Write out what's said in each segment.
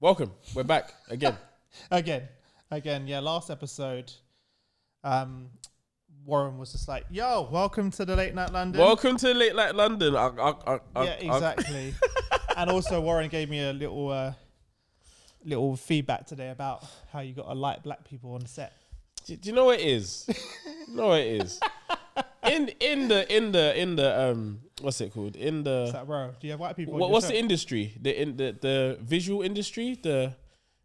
Welcome. We're back again. again, again, yeah. Last episode, um, Warren was just like, "Yo, welcome to the late night London." Welcome to Late Night London. I, I, I, I, yeah, exactly. and also, Warren gave me a little, uh, little feedback today about how you got to like black people on set. do, do you know what it is? no, it is. In in the in the in the um, what's it called? In the It's like, bro, do you have white people? what, on your what's show? the industry? The in the the visual industry. The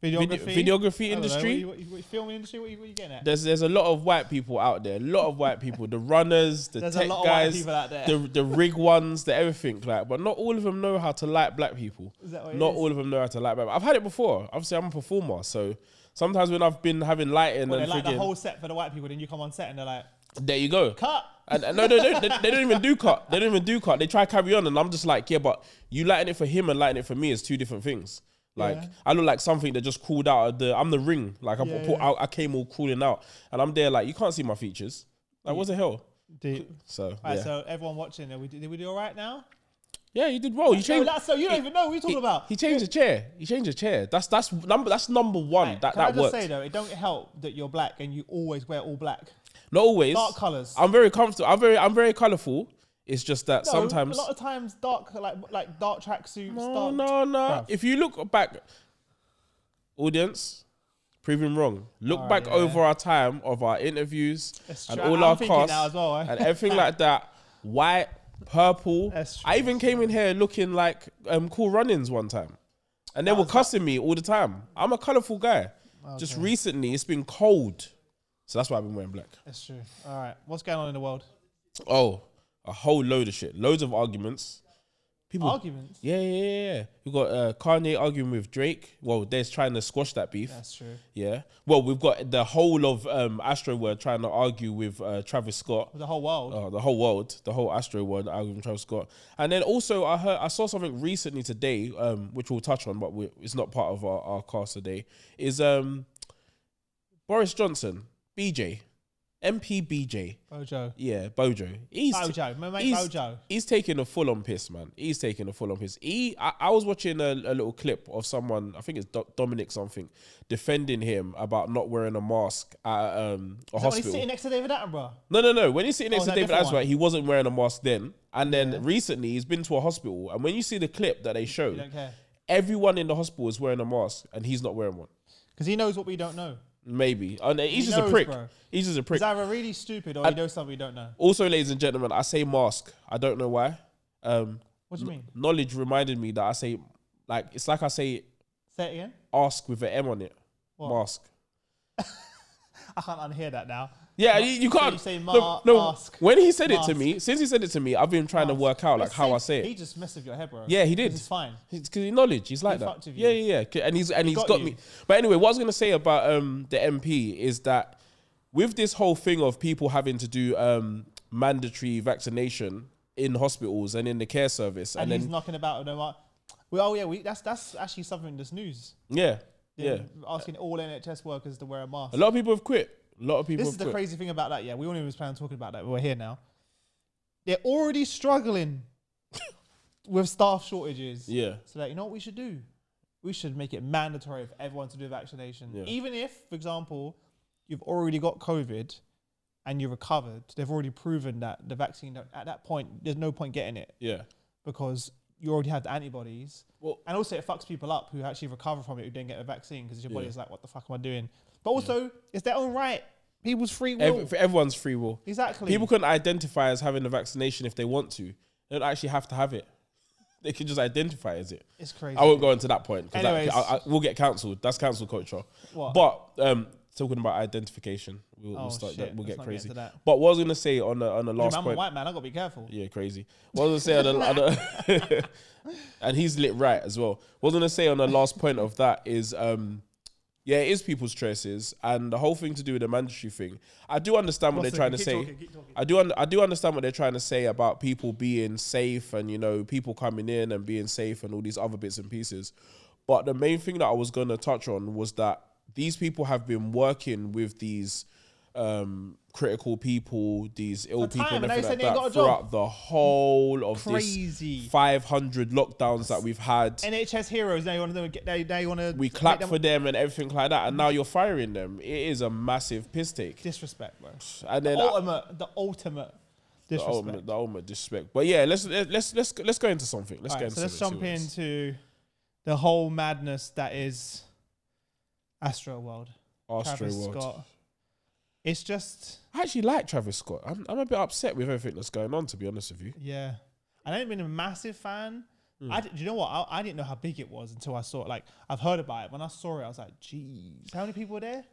videography? video- videography I don't know, industry? what you- what you- what you- film industry? What you, what you getting at? there's there's a lot of white people out there. A lot of white people. The runners, the There's a tech lot of white guys, people out there. the the rig ones, the everything like. But not all of them know how to like black people. Is that what it not is? all of them know how to light black. people. I've had it before. Obviously, I'm a performer, so sometimes when I've been having lighting They and like frigging, the whole set for the white people, then you come on set and they're like, there you go. "Cut." And, and no, no, no, they, they don't even do cut. They don't even do cut. They try carry on, and I'm just like, yeah, but you lighting it for him and lighting it for me is two different things. Like Yeah. I look like something that just crawled out of the. I'm the ring. Like I, Yeah, pull- yeah. I, I came all crawling out, and I'm there like you can't see my features. Like what the hell? Dude. So All right, yeah. so everyone watching, are we, did we do all right now? yeah, you did well. You No, changed. that's so you don't even know what you're talking he, about. he changed a chair. He changed a chair. That's that's number. That's number one. that Can I that just worked. say though, it don't help that you're black and you always wear all black. Not always. Dark colours. I'm very comfortable. I'm very I'm very colourful. It's just that No, sometimes. a lot of times dark like like dark tracksuits. no, dark, Oh, no, no. Bruv. If you look back, audience, prove him wrong. Look Alright, back yeah. over our time of our interviews That's and true. all I'm our thinking casts now as well, eh? and everything like that. White, purple. That's true, I even came in here looking like um, cool runnings one time, and they were cussing me all the time. I'm a colourful guy. Just Okay. recently, it's been cold, so that's why I've been wearing black. That's true. All right, what's going on in the world? Oh, a whole load of shit. Loads of arguments. People. Arguments. yeah, yeah, yeah, yeah. We've got uh, Kanye arguing with Drake. Well, they're trying to squash that beef. That's true. yeah. Well, we've got the whole of um, Astro World trying to argue with uh, Travis Scott. The whole world. Uh, the whole world, the whole Astro world, arguing with Travis Scott. And then also, I heard, I saw something recently today, um, which we'll touch on, but we, it's not part of our, our cast today. Is um, Boris Johnson, BJ, MP BJ, Bojo. yeah, Bojo. He's Bojo. My mate he's, Bojo. He's taking a full on piss, man. He's taking a full on piss. He, I, I was watching a, a little clip of someone, I think it's Do- Dominic something, defending him about not wearing a mask at um, a Is that when he's hospital. sitting next to David Attenborough. No, no, no. When he's sitting next Oh, to that David different Asper, one. he wasn't wearing a mask then. And then recently, he's been to a hospital. And when you see the clip that they show, You don't care everyone in the hospital is wearing a mask and he's not wearing one. because he knows what we don't know. Maybe. And he's just a knows, prick. bro. He's just a prick. He's either really stupid or he knows something we don't know. also, ladies and gentlemen, I say mask. I don't know why. Um, What do you mean? knowledge reminded me that I say like it's like I say Say it again. ask with an M on it. What? Mask. I can't unhear that now. Yeah, you, you can't. you say No, ma- no, mask. When he said it Mask. to me, since he said it to me, I've been trying to work out like It's how I say safe. He it. just messed with your head, bro. Yeah, he did. It's fine. Because he knowledge, he's like that. fucked with Yeah, you. yeah, yeah. 'Kay, And he's and he's got got you. me. But anyway, what I was gonna say about um the MP is that with this whole thing of people having to do um mandatory vaccination in hospitals and in the care service, And, and, he's then knocking about. No, like, well, oh yeah, we, that's that's actually something that's news. yeah, yeah, Yeah, asking all NHS workers to wear a mask. a lot of people have quit. A lot of people. This have is the quit. crazy thing about that. Yeah, we all knew we was planning on talking about that. But we're here now. They're already struggling with staff shortages. Yeah, So that you know what we should do? We should make it mandatory for everyone to do a vaccination. Yeah. Even if, for example, you've already got COVID and you recovered, they've already proven that the vaccine don't- at that point there's no point getting it yeah. because you already have the antibodies. Well- and also it fucks people up who actually recover from it who didn't get a vaccine because your Yeah. body's like, what the fuck am I doing? But also, it's their own right. People's free will. Every, everyone's free will. exactly. People can identify as having the vaccination if they want to. They don't actually have to have it. They can just identify as it. it's crazy. I won't go into that point because Anyways. I, I, we'll get cancelled. That's cancel culture. What? But um, talking about identification, we'll, we'll Oh, start. shit. That, we'll Let's get not get crazy. into that. But what I was gonna say on the on the last I'm a point, white man. I gotta be careful. yeah, crazy. What I was gonna say on the, on the and he's lit right as well. What I was gonna say on the last point of that is, um, yeah, it is people's choices, and the whole thing to do with the mandatory thing. I do understand what One they're second, trying to keep say. talking, keep talking. I do un- I do understand what they're trying to say about people being safe and you know people coming in and being safe and all these other bits and pieces. But the main thing that I was going to touch on was that these people have been working with these um, critical people, these ill For people, and time, and they everything said they like got that a throughout job. the whole of Crazy. this 500 lockdowns that we've had. NHS heroes. Now you want to get. Now, now you want to. we clap for them and everything like that, and now you're firing them. It is a massive piss take. disrespect, bro. And then I- ultimate, the ultimate the disrespect. ultimate, the ultimate disrespect. But yeah, let's let's let's let's go into something. Let's All go right, into so let's something, jump see what it is. into the whole madness that is Astro World. Astro Travis World. Scott. It's just I actually like Travis Scott. I'm, I'm a bit upset with everything that's going on, to be honest with you. yeah. And I ain't been a massive fan. Hmm. I d- do you know what? I, I didn't know how big it was until I saw it. Like I've heard about it. When I saw it, I was like, "Jeez, how many people were there?"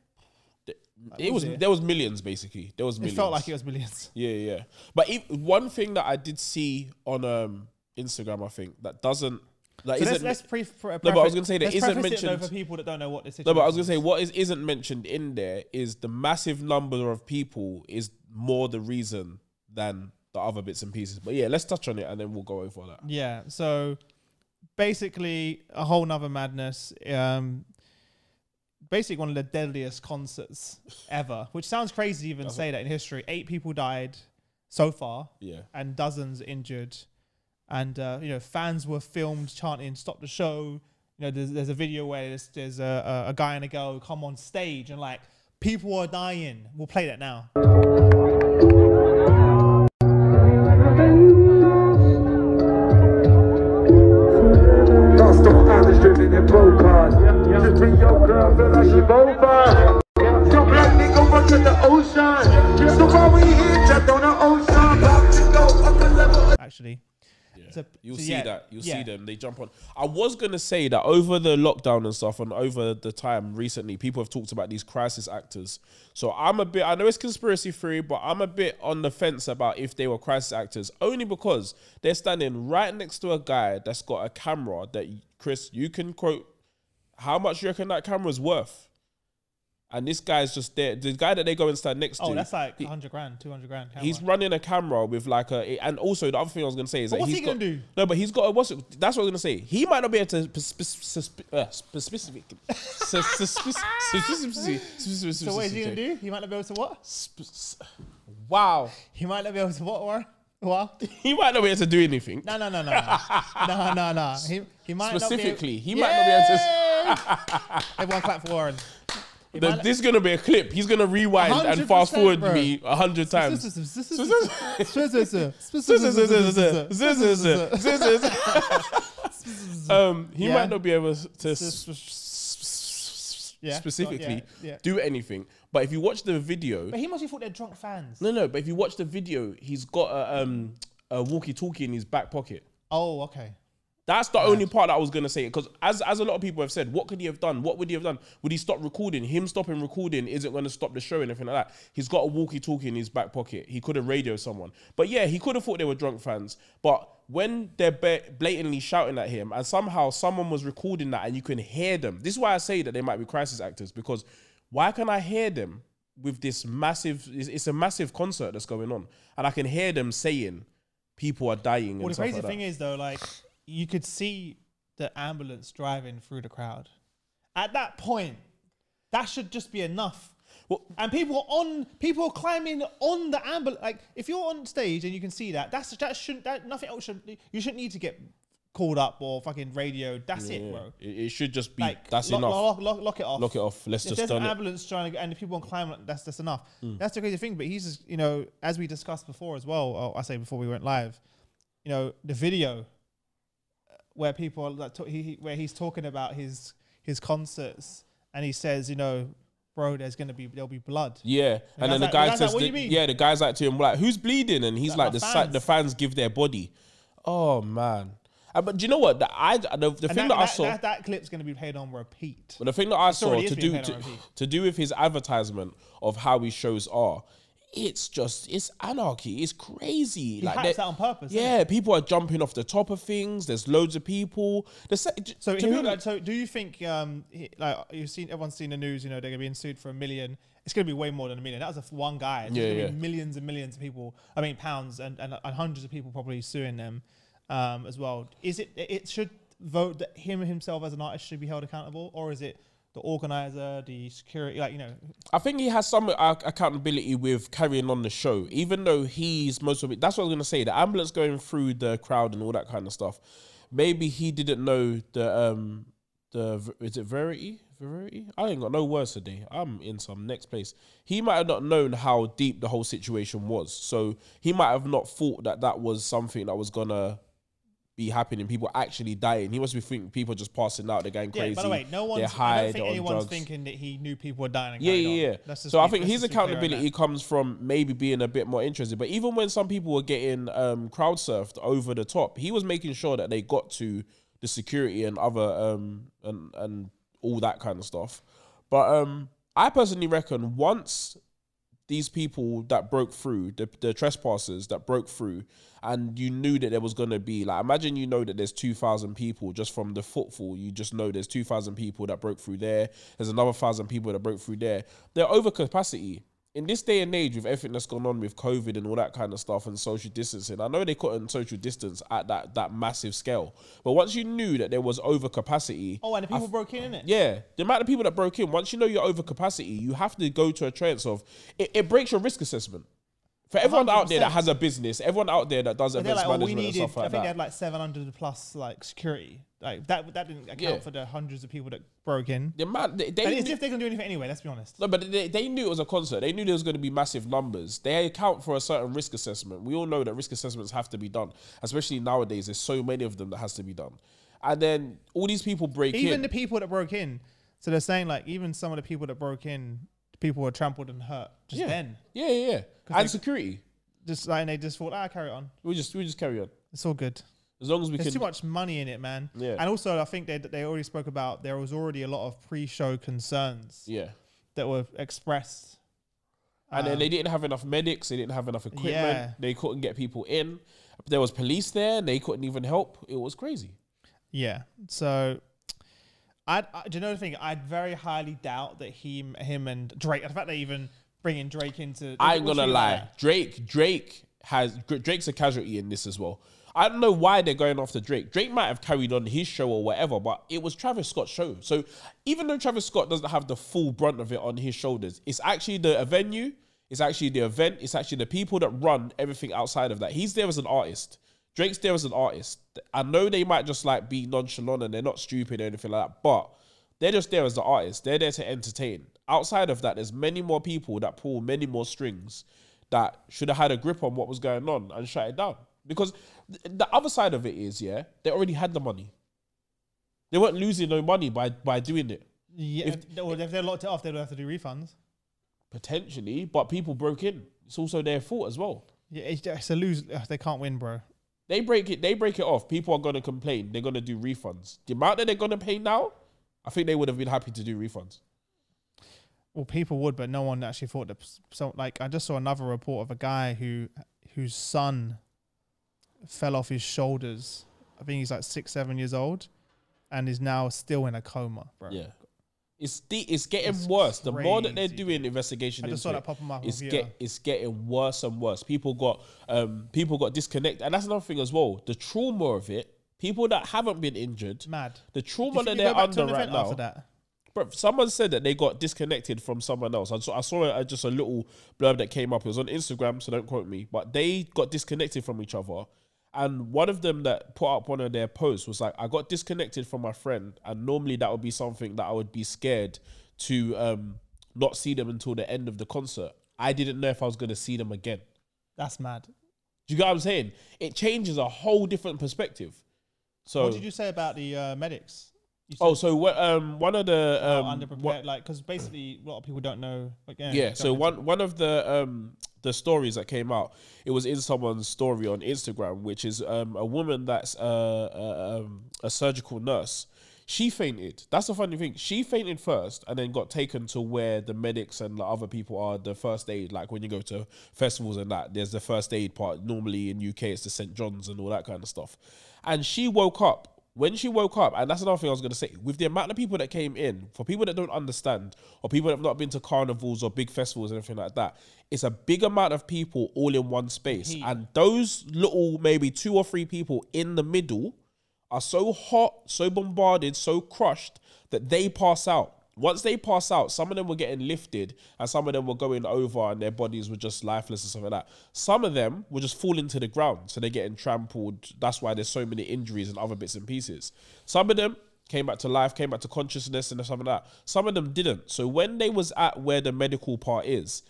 It was was it? there was millions basically. There was It millions. felt like it was millions. Yeah, yeah. But if, one thing that I did see on um, Instagram, I think that doesn't that So not let's let's pre- pre- but I was preface- gonna say there let's isn't preface it though mentioned- for people that don't know what this is. No, but I was gonna say what is isn't mentioned in there is the massive number of people is more the reason than the other bits and pieces. But yeah, let's touch on it and then we'll go over that. Yeah. So basically, a whole nother madness. Um, basically, one of the deadliest concerts ever, which sounds crazy to even say that in history. Eight people died so far, Yeah, and dozens injured. And uh, you know, fans were filmed chanting "Stop the show." You know, there's, there's a video where there's, there's a, a, a guy and a girl who come on stage and like people are dying. We'll play that now. Don't stop honest driven and broke cars. Just be your girl, feel like she both fine. Yo, black nigga, run to the ocean. So why we here, just on the ocean. About to go up a level. Actually, yeah. So- You'll so see yeah, that. You'll see yeah. them. They jump on. I was gonna say that over the lockdown and stuff, and over the time recently, people have talked about these crisis actors. So I'm a bit. I know it's conspiracy theory, but I'm a bit on the fence about if they were crisis actors, only because they're standing right next to a guy that's got a camera that Chris, you can quote how much you reckon that camera's worth? And this guy's just there. The guy that they go and stand next oh, to. that's like he- 100 grand, 200 grand. How He's much? running a camera with like a, and also the other thing I was gonna say is that what's he's he gonna got- do? No, but he's got a what's it, that's what I was gonna say. He might not be able to spe- spe- spe- uh, spe- specific. spe- spe- spe- specificity- So what is he gonna specificity. do? He might not be able to what? Spe- s- Wow, He might not be able to what? Or what? he might not be able to do anything. No, no, no, no, no, no, no, no. He, he might Specifically, he not be, might not be able to. to. Everyone clap for Warren. He The- might not- this is gonna be a clip. He's gonna rewind and 100%, fast forward bro. me a hundred times. um, he Yeah. might not be able to s- S- s- Yeah, specifically yeah, yeah. do anything. But if you watch the video, But he must have thought they're drunk fans. no, no. But if you watch the video, he's got a, um, a walkie-talkie in his back pocket. Oh, okay. That's the only part that I was gonna say because as as a lot of people have said, what could he have done? What would he have done? Would he stop recording? Him stopping recording isn't gonna stop the show and everything like that. He's got a walkie-talkie in his back pocket. He could have radioed someone. But yeah, he could have thought they were drunk fans. But when they're ba- blatantly shouting at him and somehow someone was recording that and you can hear them, this is why I say that they might be crisis actors because why can I hear them with this massive? It's, it's a massive concert that's going on, and I can hear them saying people are dying. Well, and the stuff crazy like that. thing is though, like you could see the ambulance driving through the crowd. At that point, that should just be enough. Well- and people are on, people are climbing on the ambulance. Like if you're on stage and you can see that, that's that shouldn't that nothing else should you shouldn't need to get called up or fucking radio. That's it, bro. It, it should just be Like that's lock, enough. Lock, lock, lock it off. Lock it off. Let's If just Mm. there's an done it. ambulance trying to, and the people on climb, that's that's enough. That's the crazy thing. But he's just, you know, as we discussed before as well. Oh, I say before we went live, you know, the video uh, where people are like, ta- he, he- where he's talking about his his concerts, and he says, you know, bro, there's gonna be there'll be blood. Yeah, and, then the guy's guy like- the guy's says, like, "What do the- you mean?" "Yeah." The guy's like to him, "Like, who's bleeding?" And he's like, my "The fans. fans." the fans give their body." Oh man! Uh, but do you know what? The, I the, the thing And that, that, I that, saw, that, that clip's gonna be played on repeat. but the thing that I saw already is to being do played on to, repeat. to do with his advertisement of how his shows are, it's just it's anarchy. It's crazy. He they- hypes that on purpose. innit? yeah, people are jumping off the top of things. There's loads of people. The se- So, to who- be like, honest- so do you think, um, he- like you've seen, everyone's seen the news. You know, they're gonna be sued for a million. It's gonna be way more than a million. That was a f- one guy. There's Yeah, gonna yeah. be millions and millions of people. I mean, pounds and, and, and hundreds of people probably suing them, um, as well. Is it? It should vote that him himself as an artist should be held accountable, or is it the organizer, the security, like you know, I think he has some uh, accountability with carrying on the show, even though he's most of it. That's what I was gonna say. The ambulance going through the crowd and all that kind of stuff. Maybe he didn't know the um the v- is it verity verity. I ain't got no words today. I'm in some next place. He might have not known how deep the whole situation was, so he might have not thought that that was something that was gonna be happening. People actually dying. He must be thinking people just passing out. They're going yeah. crazy. By the way, no they're one's. high, I don't think they're on anyone's drugs. thinking that he knew people were dying. And Yeah, carried yeah, on. yeah. Let's just So I be- think let's his just be clear on accountability comes from maybe being a bit more interested. But even when some people were getting um, crowd surfed over the top, he was making sure that they got to the security and other um, and and all that kind of stuff. But um, I personally reckon once these people that broke through, the, the trespassers that broke through, and you knew that there was going to be, like, imagine you know that there's 2,000 people just from the footfall. You just know there's 2,000 people that broke through there. There's another 1,000 people that broke through there. They're over capacity. In this day and age, with everything that's gone on with COVID and all that kind of stuff and social distancing, I know they couldn't social distance at that, that massive scale. But once you knew that there was overcapacity, Oh, and the people broke in, innit? yeah, the amount of people that broke in, once you know you're over capacity, you have to go to a trance of it, it breaks your risk assessment. For everyone out there that 100%. has a business, everyone out there that does But they're events like, oh, we management and needed. stuff I like think they that. had like seven hundred plus like security. Like that. That didn't account Yeah. for the hundreds of people that broke in. The amount they, they And it's knew- if they can do anything anyway. Let's be honest. No, but they, they knew it was a concert. They knew there was going to be massive numbers. They account for a certain risk assessment. We all know that risk assessments have to be done, especially nowadays. There's so many of them that has to be done, and then all these people break even in. the people that broke in. So they're saying like even some of the people that broke in, people were trampled and hurt just yeah. then. yeah, yeah, yeah, and security. Just like and they just thought, ah, carry on. We just we just carry on It's all good. as long as we There's can. too much money in it, man. Yeah. And also, I think they they already spoke about there was already a lot of pre-show concerns Yeah. that were expressed. and then Um, they didn't have enough medics. They didn't have enough equipment. Yeah. They couldn't get people in. There was police there, and they couldn't even help. It was crazy. Yeah. So, I'd, I do you know the thing? I'd very highly doubt that he, him, and Drake. The fact they even bringing Drake into. I ain't what do gonna you mean by lie. that? Drake, Drake has Dra- Drake's a casualty in this as well. I don't know why they're going after Drake. Drake might have carried on his show or whatever, but it was Travis Scott's show. So even though Travis Scott doesn't have the full brunt of it on his shoulders, it's actually the venue, it's actually the event, it's actually the people that run everything outside of that. He's there as an artist. Drake's there as an artist. I know they might just like be nonchalant and they're not stupid or anything like that, but they're just there as the artist. They're there to entertain. Outside of that, there's many more people that pull many more strings that should have had a grip on what was going on and shut it down. Because th- the other side of it is, yeah, they already had the money. They weren't losing no money by by doing it Yeah. if- If, well, if they locked it off, they'd have to do refunds. potentially, but people broke in. It's also their fault as well. Yeah, it's, it's a lose. ugh, They can't win, bro. They break it. They break it off. People are gonna complain. They're gonna do refunds. The amount that they're gonna pay now, I think they would have been happy to do refunds. Well, people would, but no one actually thought that. s- So, like, I just saw another report of a guy who whose son fell off his shoulders. I think he's like six, seven years old, and is now still in a coma, bro. Yeah. It's the, it's getting It's worse. The more that they're crazy, doing investigation I just into saw it, that pop on my it's computer. get it's getting worse and worse. People got um people got disconnected, and that's another thing as well. The trauma of it. People that haven't been injured, Mad. the Do you trauma think that you they're go back to under an right event now. After that, Bro, someone said that they got disconnected from someone else. I saw, I saw a, just a little blurb that came up. It was on Instagram, so don't quote me. But they got disconnected from each other. And one of them that put up one of their posts was like, I got disconnected from my friend. And normally that would be something that I would be scared to um, not see them until the end of the concert. I didn't know if I was going to see them again. that's mad. Do you get what I'm saying? It changes a whole different perspective. So, What did you say about the uh, medics? You said oh, so what, um, one of the. how Um, underprepared, what- like, because basically a lot of people don't know. Like, yeah. yeah so don't- one one of the um the stories that came out it was in someone's story on instagram which is um a woman that's uh, uh um, a surgical nurse she fainted that's the funny thing she fainted first and then got taken to where the medics and the other people are the first aid like when you go to festivals and that there's the first aid part normally in uk it's the st john's and all that kind of stuff and she woke up when she woke up, and that's another thing I was going to say, with the amount of people that came in, for people that don't understand, or people that have not been to carnivals or big festivals and everything like that, it's a big amount of people all in one space. And those little, maybe two or three people in the middle, are so hot, so bombarded, so crushed that they pass out. Once they pass out, some of them were getting lifted and some of them were going over and their bodies were just lifeless and stuff like that. Some of them were just falling to the ground, so they're getting trampled. That's why there's so many injuries and other bits and pieces. Some of them came back to life, came back to consciousness and some of that. Some of them didn't. So when they was at where the medical part is,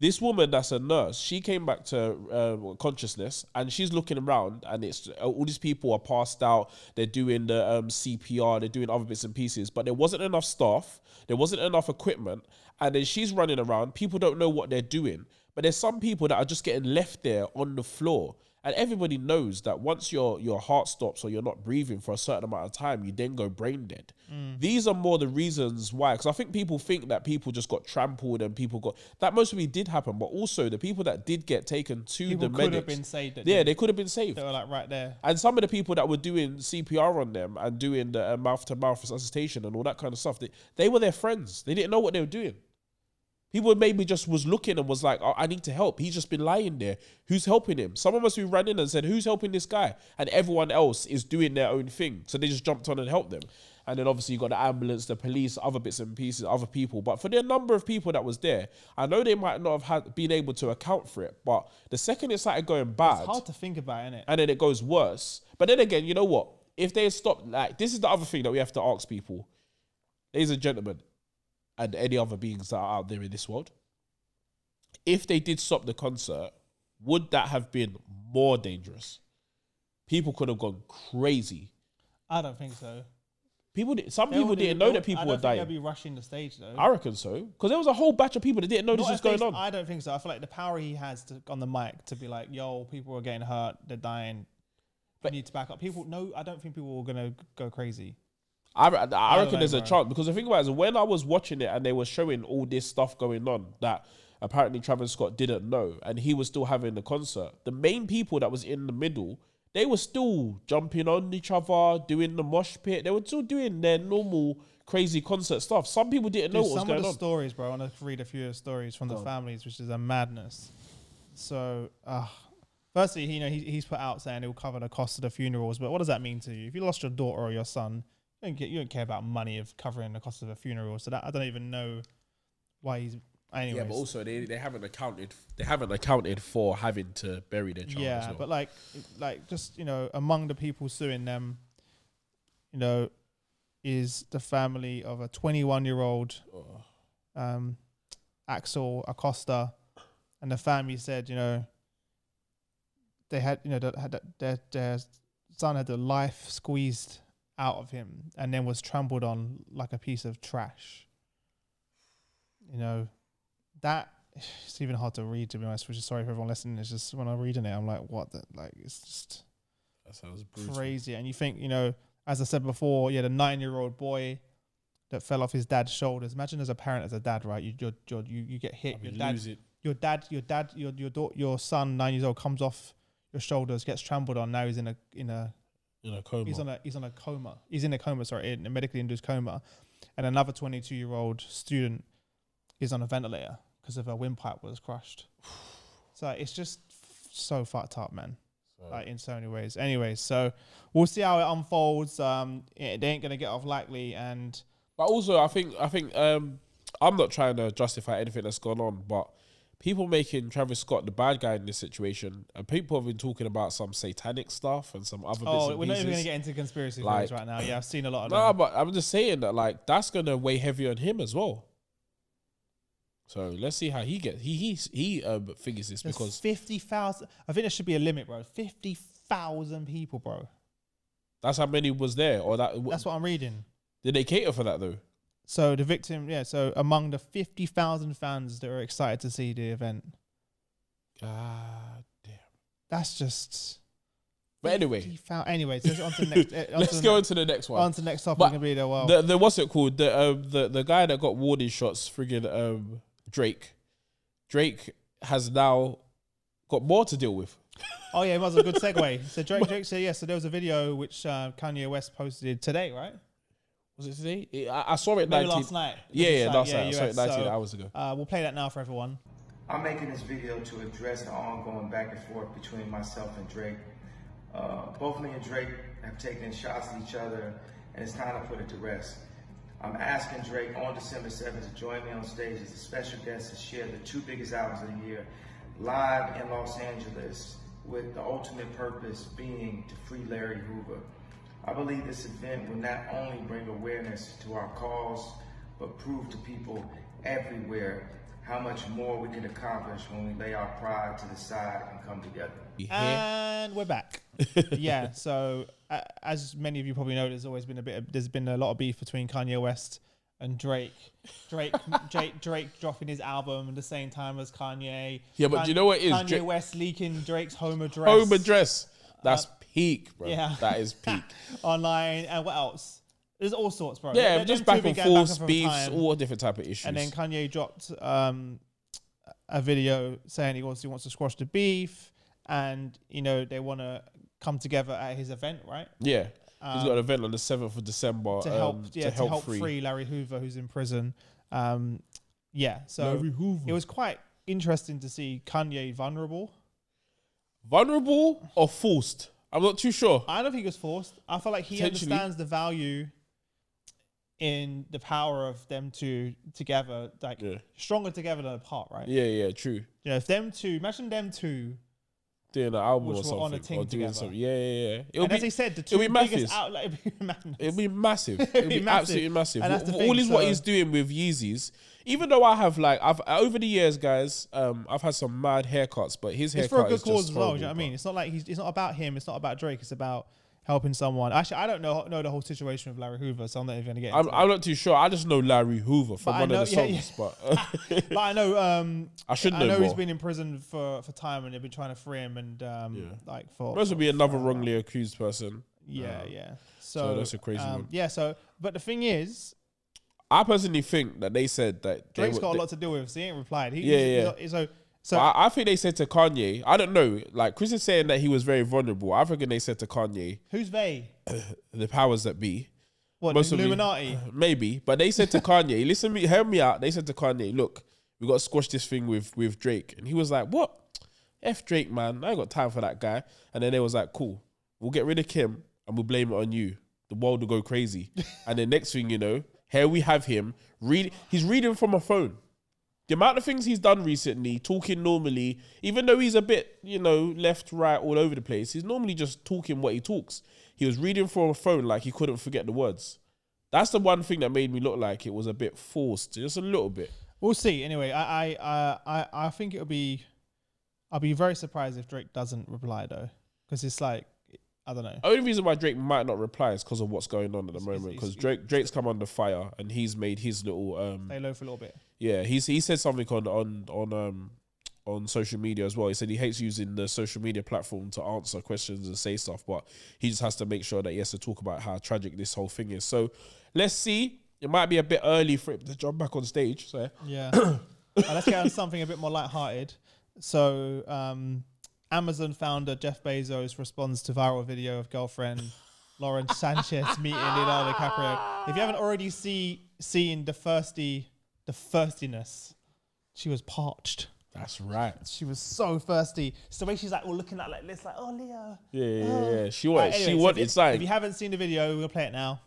this woman that's a nurse, she came back to um, consciousness and she's looking around and it's uh, all these people are passed out. They're doing the um, CPR, they're doing other bits and pieces, but there wasn't enough staff, there wasn't enough equipment, and then she's running around. People don't know what they're doing, but there's some people that are just getting left there on the floor. And everybody knows that once your your heart stops or you're not breathing for a certain amount of time, you then go brain dead. Mm. These are more the reasons why, because I think people think that people just got trampled and people got that mostly did happen, but also the people that did get taken to People the could have medics, been saved at Yeah, the- they could have been saved. They were like right there. And some of the people that were doing CPR on them and doing the mouth to mouth resuscitation and all that kind of stuff, they, they were their friends. They didn't know what they were doing. People maybe just was looking and was like, oh, I need to help. He's just been lying there. Who's helping him? Some of us who ran in and said, Who's helping this guy? And everyone else is doing their own thing. So they just jumped on and helped them. And then obviously you got the ambulance, the police, other bits and pieces, other people. But for the number of people that was there, I know they might not have had, been able to account for it. But the second it started going bad, It's hard to think about, innit? and then it goes worse. But then again, you know what? If they stop, like this is the other thing that we have to ask people, ladies and gentlemen, and any other beings that are out there in this world. If they did stop the concert, would that have been more dangerous? People could have gone crazy. I don't think so. People, did, some They people wouldn't- didn't they know that wouldn't- people I were don't think dying. They'll be rushing the stage though. I reckon so, because there was a whole batch of people that didn't know Not this was if they- going on. I don't think so. I feel like the power he has to, on the mic to be like, "Yo, people are getting hurt. They're dying. But But- we need to back up." People, no, I don't think people are gonna g- go crazy. I, re- I reckon know, there's a bro. chance because the thing about it is when I was watching it and they were showing all this stuff going on that apparently Travis Scott didn't know and he was still having the concert. The main people that was in the middle, they were still jumping on each other, doing the mosh pit. They were still doing their normal crazy concert stuff. Some people didn't know Dude, what was some of going the on. stories, bro. I want to read a few of the stories from the families, which is a madness. So, uh, firstly, you know, he, he's put out saying he'll cover the cost of the funerals, but what does that mean to you? If you lost your daughter or your son, you don't, get, you don't care about money of covering the cost of a funeral. So that I don't even know why he's. Anyways, they, they haven't accounted they haven't accounted for having to bury their yeah, but like, like just you know, among the people suing them, you know, is the family of a 21 year old, Oh, um, Axel Acosta, and the family said, you know, they had you know that had that- their their son had the life squeezed out of him and then was trampled on like a piece of trash. You know, that it's even hard to read to be honest. Which is sorry for everyone listening. It's just when I'm reading it, I'm like, what? The, like it's just that sounds crazy. And you think, you know, as I said before, you had a nine-year-old boy that fell off his dad's shoulders. Imagine as a parent, as a dad, right? You you're, you're, you you get hit. Your dad, lose it. your dad, your dad, your your daughter, your son, nine years old, comes off your shoulders, gets trampled on. Now he's in a in a in a coma. He's on a he's on a coma. He's in a coma. Sorry, in a medically induced coma, and another 22 year old student is on a ventilator because of her windpipe was crushed. so it's just f- so fucked up, man. Like in so many ways. Anyways, so we'll see how it unfolds. Um, it, they ain't gonna get off lightly, and But also, I think I think um, I'm not trying to justify anything that's gone on, but people making Travis Scott the bad guy in this situation, and people have been talking about some satanic stuff and some other bits oh, and we're not pieces. even gonna get into conspiracy Like- theories right now. Yeah, I've seen a lot of nah, them. but I'm just saying that like that's gonna weigh heavy on him as well. So let's see how he gets. He he he um, figures this There's because fifty thousand. I think there should be a limit, bro. Fifty thousand people, bro. that's how many was there, or that That's what I'm reading. did they cater for that though? So the victim, yeah. So among the fifty thousand fans that are excited to see the event, God damn. that's just. But anyway, 50,000 anyway, so let's on to the next. eh, on to let's the go ne- into the next one. on to the next topic. But gonna be there a oh, while. The, the what's it called? The um the, the guy that got warning shots, friggin' um Drake. Drake has now got more to deal with. oh yeah, it was a good segue. so Drake, Drake said yeah. So there was a video which uh, Kanye West posted today, right? Was it today? It- I, I saw it Maybe 19, last night. Yeah, yeah, last night. I saw US, it 19 so, hours ago. Uh, we'll play that now for everyone. I'm making this video to address the ongoing back and forth between myself and Drake. Uh, both me and Drake have taken shots at each other, and it's time to put it to rest. I'm asking Drake on December 7th to join me on stage as a special guest to share the two biggest albums of the year live in Los Angeles with the ultimate purpose being to free Larry Hoover. I believe this event will not only bring awareness to our cause, but prove to people everywhere how much more we can accomplish when we lay our pride to the side and come together. You hear? And we're back. yeah. So uh, as many of you probably know, there's always been a bit. Of, there's been a lot of beef between Kanye West and Drake. Drake, Drake, Drake dropping his album at the same time as Kanye. Yeah, but do you know what it is? Kanye Drake- West leaking Drake's home address. home address. That's peak, bro. yeah. That is peak. online and what else? There's all sorts, bro. yeah, Them just two back been and going forth, from beefs, time. all different type of issues. And then Kanye dropped um, a video saying he wants he wants to squash the beef, and you know they want to come together at his event, right? yeah, he's got an event on the seventh of December Ah. To help, um, yeah, to help, free. Larry Hoover, who's in prison. Um, yeah, so Larry Hoover. it was quite interesting to see Kanye vulnerable. Vulnerable or forced? I'm not too sure. I don't think it was forced. I feel like he Potentially. understands the value in the power of them two together, like Yeah. stronger together than apart, right? Yeah, yeah, true. You know, if them two, imagine them two Doing an album Which or were on a something, ting or doing together. something. Yeah, yeah, yeah. It'll and be, as he said, the two it'll be massive. biggest out, like, it'd be madness. It'll be massive. It'll be be, massive. absolutely massive. And that's Wh- the wh- thing, all is what so- he's doing with Yeezys. Even though I have like I've over the years, guys, um, I've had some mad haircuts, but his it's haircut for a good is cause just as well. Do horrible, you know what I bro. mean? It's not like he's. It's not about him. It's not about Drake. It's about helping someone. Actually, I don't know know the whole situation with Larry Hoover, so I'm not even gonna get. I'm, Into it. I'm not too sure. I just know Larry Hoover from I one know- of the yeah, songs, but but I know. Um, I should I know know he's more. been in prison for for time, and they've been trying to free him, and um, like for must be another wrongly accused person. yeah, yeah. So, that's a crazy um, one. Yeah. So, but the thing is, I personally think that they said that they Drake's were- got a they- lot to deal with. So he ain't replied. He, Yeah, yeah. he's- he's- So, so I, I think they said to Kanye. I don't know. Like Chris is saying that he was very vulnerable. I reckon they said to Kanye, who's they? the powers that be. What Most the of the- Illuminati? Maybe, but they said to Kanye, "Listen, me, hear me out." They said to Kanye, "Look, we got to squash this thing with with Drake," and he was like, "What? F Drake, man, I ain't got time for that guy." And then they was like, "Cool, we'll get rid of Kim and we'll blame it on you. The world will go crazy." and the next thing you know, here we have him read. He's reading from a phone. The amount of things he's done recently, talking normally, even though he's a bit, you know, left, right, all over the place, he's normally just talking what he talks. He was reading from a phone like he couldn't forget the words. That's the one thing that made me look like it was a bit forced, just a little bit. We'll see. Anyway, I I uh, I I think it'll be. I'll be very surprised if Drake doesn't reply though, because it's like I don't know. Only reason why Drake might not reply is because of what's going on at the moment. it's- Because Drake Drake's come under fire and he's made his little um Stay low for a little bit. yeah he's he said something on on on um on social media as well. He said he hates using the social media platform to answer questions and say stuff, but he just has to make sure that he has to talk about how tragic this whole thing is. So let's see. It might be a bit early for him to jump back on stage. So Yeah. Uh, let's get on something a bit more lighthearted. So, um, Amazon founder Jeff Bezos responds to viral video of girlfriend Lauren Sanchez meeting Leonardo DiCaprio. If you haven't already see, seen the thirsty, the thirstiness, she was parched. that's right. She was so thirsty. It's the way she's like, all looking at like this, like, oh Leo. Yeah, yeah, Oh. yeah. She wanted, Right, anyway, she so wanted if you, sign. If you haven't seen the video, we're gonna play it now.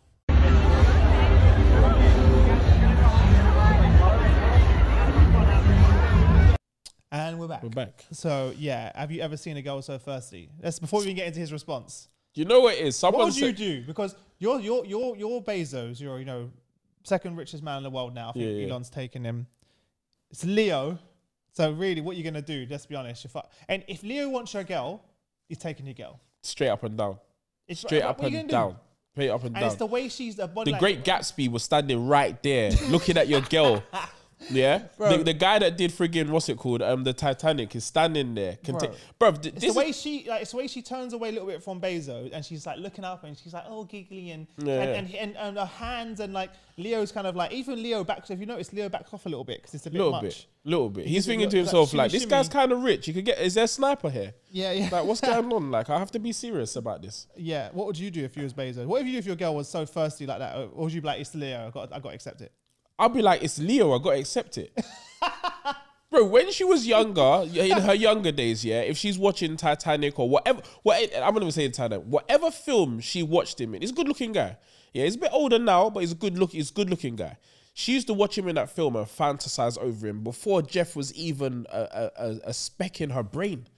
And we're back. We're back. So yeah, have you ever seen a girl so thirsty? That's before we even get into his response. You know what it is? Someone What would you said- do? Because you're you're you're you're Bezos. You're you know second richest man in the world now. I think Yeah, yeah. Elon's taken him. It's Leo. So really, what you gonna do? Let's be honest. If I, and if Leo wants your girl, he's taking your girl. Straight up and down. It's Straight what up are you and gonna do? down. Straight up and, And down. it's the way she's the the body. like, great Gatsby was standing right there looking at your girl. Yeah, the, the guy that did friggin' what's it called? Um, the Titanic is standing there. Conti- bro, th- It's this the way is, she like it's the way she turns away a little bit from Bezos and she's like looking up and she's like oh giggly and Yeah. and, and, and and her hands and like Leo's kind of like even Leo backs if you notice Leo backs off a little bit because it's a bit little much. bit, little bit. He's did thinking look to like himself like, shimmy, this guy's shimmy. kind of rich. You could get. Is there a sniper here? Yeah, yeah. Like, what's going on? Like, I have to be serious about this. Yeah, what would you do if you was Bezos? What would you do if your girl was so thirsty like that? Or would you be like, it's Leo, I got, I got to accept it? I'll be like, it's Leo, I gotta accept it. Bro, when she was younger, in her younger days, yeah, if she's watching Titanic or whatever, what I'm not even saying Titanic, whatever film she watched him in, he's a good looking guy. Yeah, he's a bit older now, but he's a good look. He's a good looking guy. She used to watch him in that film and fantasize over him before Jeff was even a, a, a, a speck in her brain.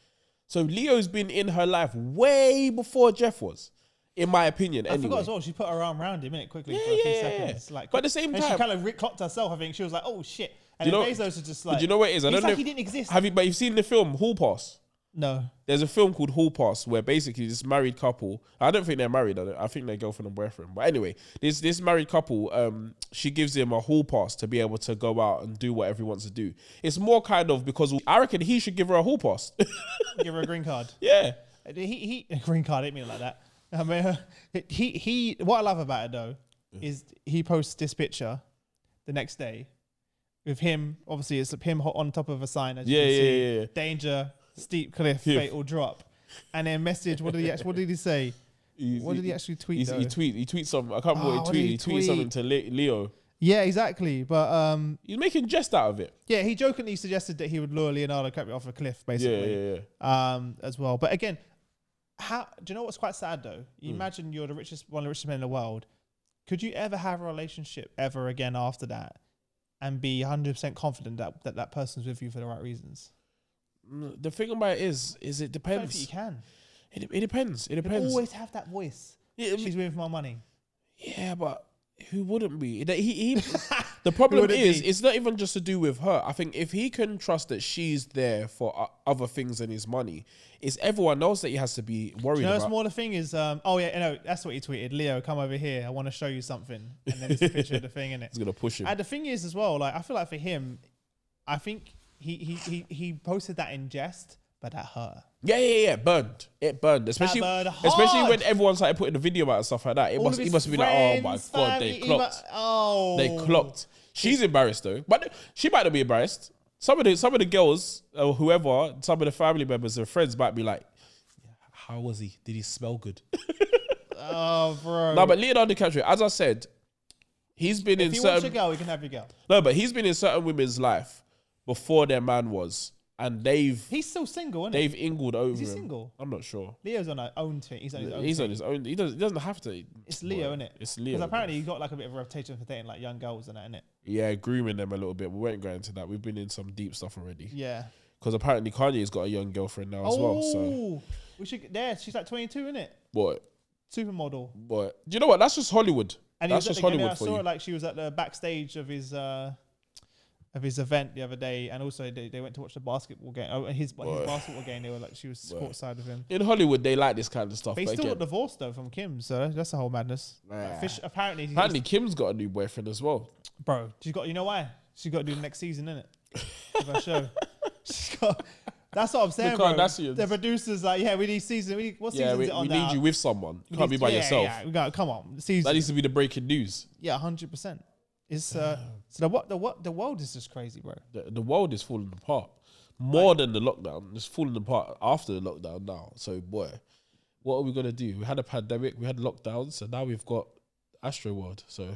So Leo's been in her life way before Jeff was, in my opinion. I anyway. forgot as well. She put her arm around him, innit, quickly for a Yeah, few yeah, yeah, seconds. yeah. Like, But at the same and time- she kind of re- clocked herself. I think she was like, "Oh shit!" And You then know- Bezos was just like, But do you know what it is? I He's don't like know. he didn't exist. Have you? But you've seen the film Hall Pass. no, There's a film called Hall Pass where basically this married couple. I don't think they're married. I, don't, I think they're girlfriend and boyfriend. But anyway, this this married couple. Um, she gives him a hall pass to be able to go out and do whatever he wants to do. It's more kind of because I reckon he should give her a hall pass. give her a green card. yeah. Uh, He he, green card. Didn't mean it like that. I mean, uh, he he. What I love about it though is he posts this picture the next day with him. Obviously, it's him ho- on top of a sign. As Yeah, you can yeah, see. yeah, yeah. Danger, steep cliff, Yeah. fatal drop. And then message. What did he? Actually, what did he say? What did he actually tweet, He's- He though? tweet. He tweets something. I can't remember Oh, what what he tweeted. did He, he tweeted something to Le- Leo. Yeah, exactly. But um, He's making jest out of it. Yeah, he jokingly suggested that he would lure Leonardo DiCaprio off a cliff, Yeah, basically, yeah, yeah. Um, as well. But again, how do you know what's quite sad though? Hmm. You imagine you're the richest, one of the richest men in the world. Could you ever have a relationship ever again after that, and be 100 percent confident that, that that person's with you for the right reasons? Mm, The thing about it is, is it I don't think depends. you can. It, it depends. It You depends. always have that voice. Yeah, She's with my money. Yeah, but who wouldn't be? That He, he, the problem wouldn't is, be? it's not even just to do with her. I think if he can trust that she's there for o- other things than his money, it's everyone else that he has to be worried You know, the about. smaller thing is, um, oh yeah, no, that's what he tweeted. Leo, come over here. I want to show you something. And then it's a picture of the thing in it. He's gonna push him. And the thing is, as well, like I feel like for him, I think he he he, he posted that in jest, but that hurt. yeah, yeah, yeah. Burned. It burned. Especially, burned especially when hard. everyone started putting the video out and stuff like that. It All must, of it his must have been like, oh my friends, god, they family, he clocked. mu- oh, They clocked. She's embarrassed though, but she might not be embarrassed. Some of the some of the girls or whoever, some of the family members and friends might be like, "How was he? Did he smell good?" Oh, bro. no, but Leonardo DiCaprio, as I said, he's been in if you want your certain girl, you can have your girl. no, but he's been in certain women's life before their man was, and they've He's still single, isn't they've ingled over he him. single? I'm not sure. he? Leo's on his own thing. He's on his own. He's thing. on his own. He doesn't. He doesn't have to. It's Leo, innit? It's Leo. Because apparently he got like a bit of a reputation for dating like young girls and that, innit? yeah, grooming them a little bit. We won't go into that. We've been in some deep stuff already. Yeah. Because apparently Kanye's got a young girlfriend now as oh, well. So we should. get There, she's like 22, innit? what? Supermodel. What? Do you know what? That's just Hollywood. And he That's was just at the, and I Hollywood for saw you. it like she was at the backstage of his uh, of his event the other day, and also they, they went to watch the basketball game. Oh, his, his basketball game. They were like she was sports side of him. In Hollywood, they like this kind of stuff. But he but still again, got divorced though from Kim, so that's- that's a whole madness. Like, Nah. Fish apparently, he's- apparently, Kim's got a new boyfriend as well. bro, she got you know why she got to do the next season in it. Of show, she's got. That's what I'm saying, bro. Kardashians. The producers like, yeah, we need season. We need what Yeah, season's we, it on we now? need you with someone. You can't be by Yeah, yourself. Yeah, we got come on season. That needs to be the breaking news. Yeah, hundred percent. It's uh, so the what the what the world is just crazy, bro. The, the world is falling apart more than the lockdown. It's falling apart after the lockdown now. So boy, what are we gonna do? We had a pandemic. We had lockdowns, so now we've got Astro World. So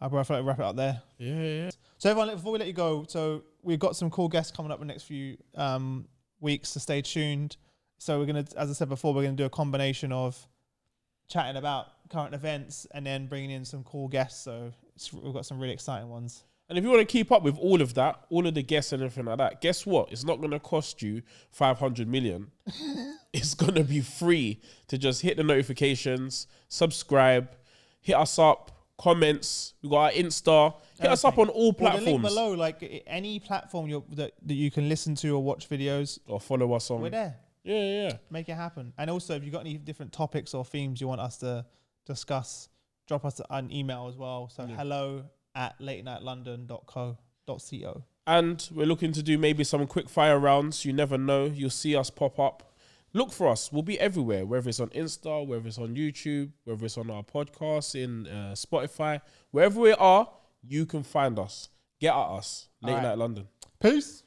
I bro, I feel like wrap it up there. yeah, yeah. So everyone, look, before we let you go, so we've got some cool guests coming up in the next few um weeks. So stay tuned. So we're gonna, as I said before, we're gonna do a combination of chatting about current events and then bringing in some cool guests. So it's, we've got some really exciting ones. And if you want to keep up with all of that, all of the guests and everything like that, guess what? It's not going to cost you 500 million. it's going to be free to just hit the notifications, subscribe, hit us up, comments. We got our Insta. Hit us up on all Well, the link platforms. below, like i- any platform you're, that that you can listen to or watch videos, or follow us on. we're there. Yeah, yeah, yeah. make it happen. And also, if you've got any different topics or themes you want us to discuss, drop us an email as well. So hello at late night london dot co dot co. And we're looking to do maybe some quick fire rounds. You never know. You'll see us pop up. Look for us. We'll be everywhere, whether it's on Insta, whether it's on YouTube, whether it's on our podcast, in uh, Spotify, wherever we are, you can find us. Get at us. Late right. Night London. Peace.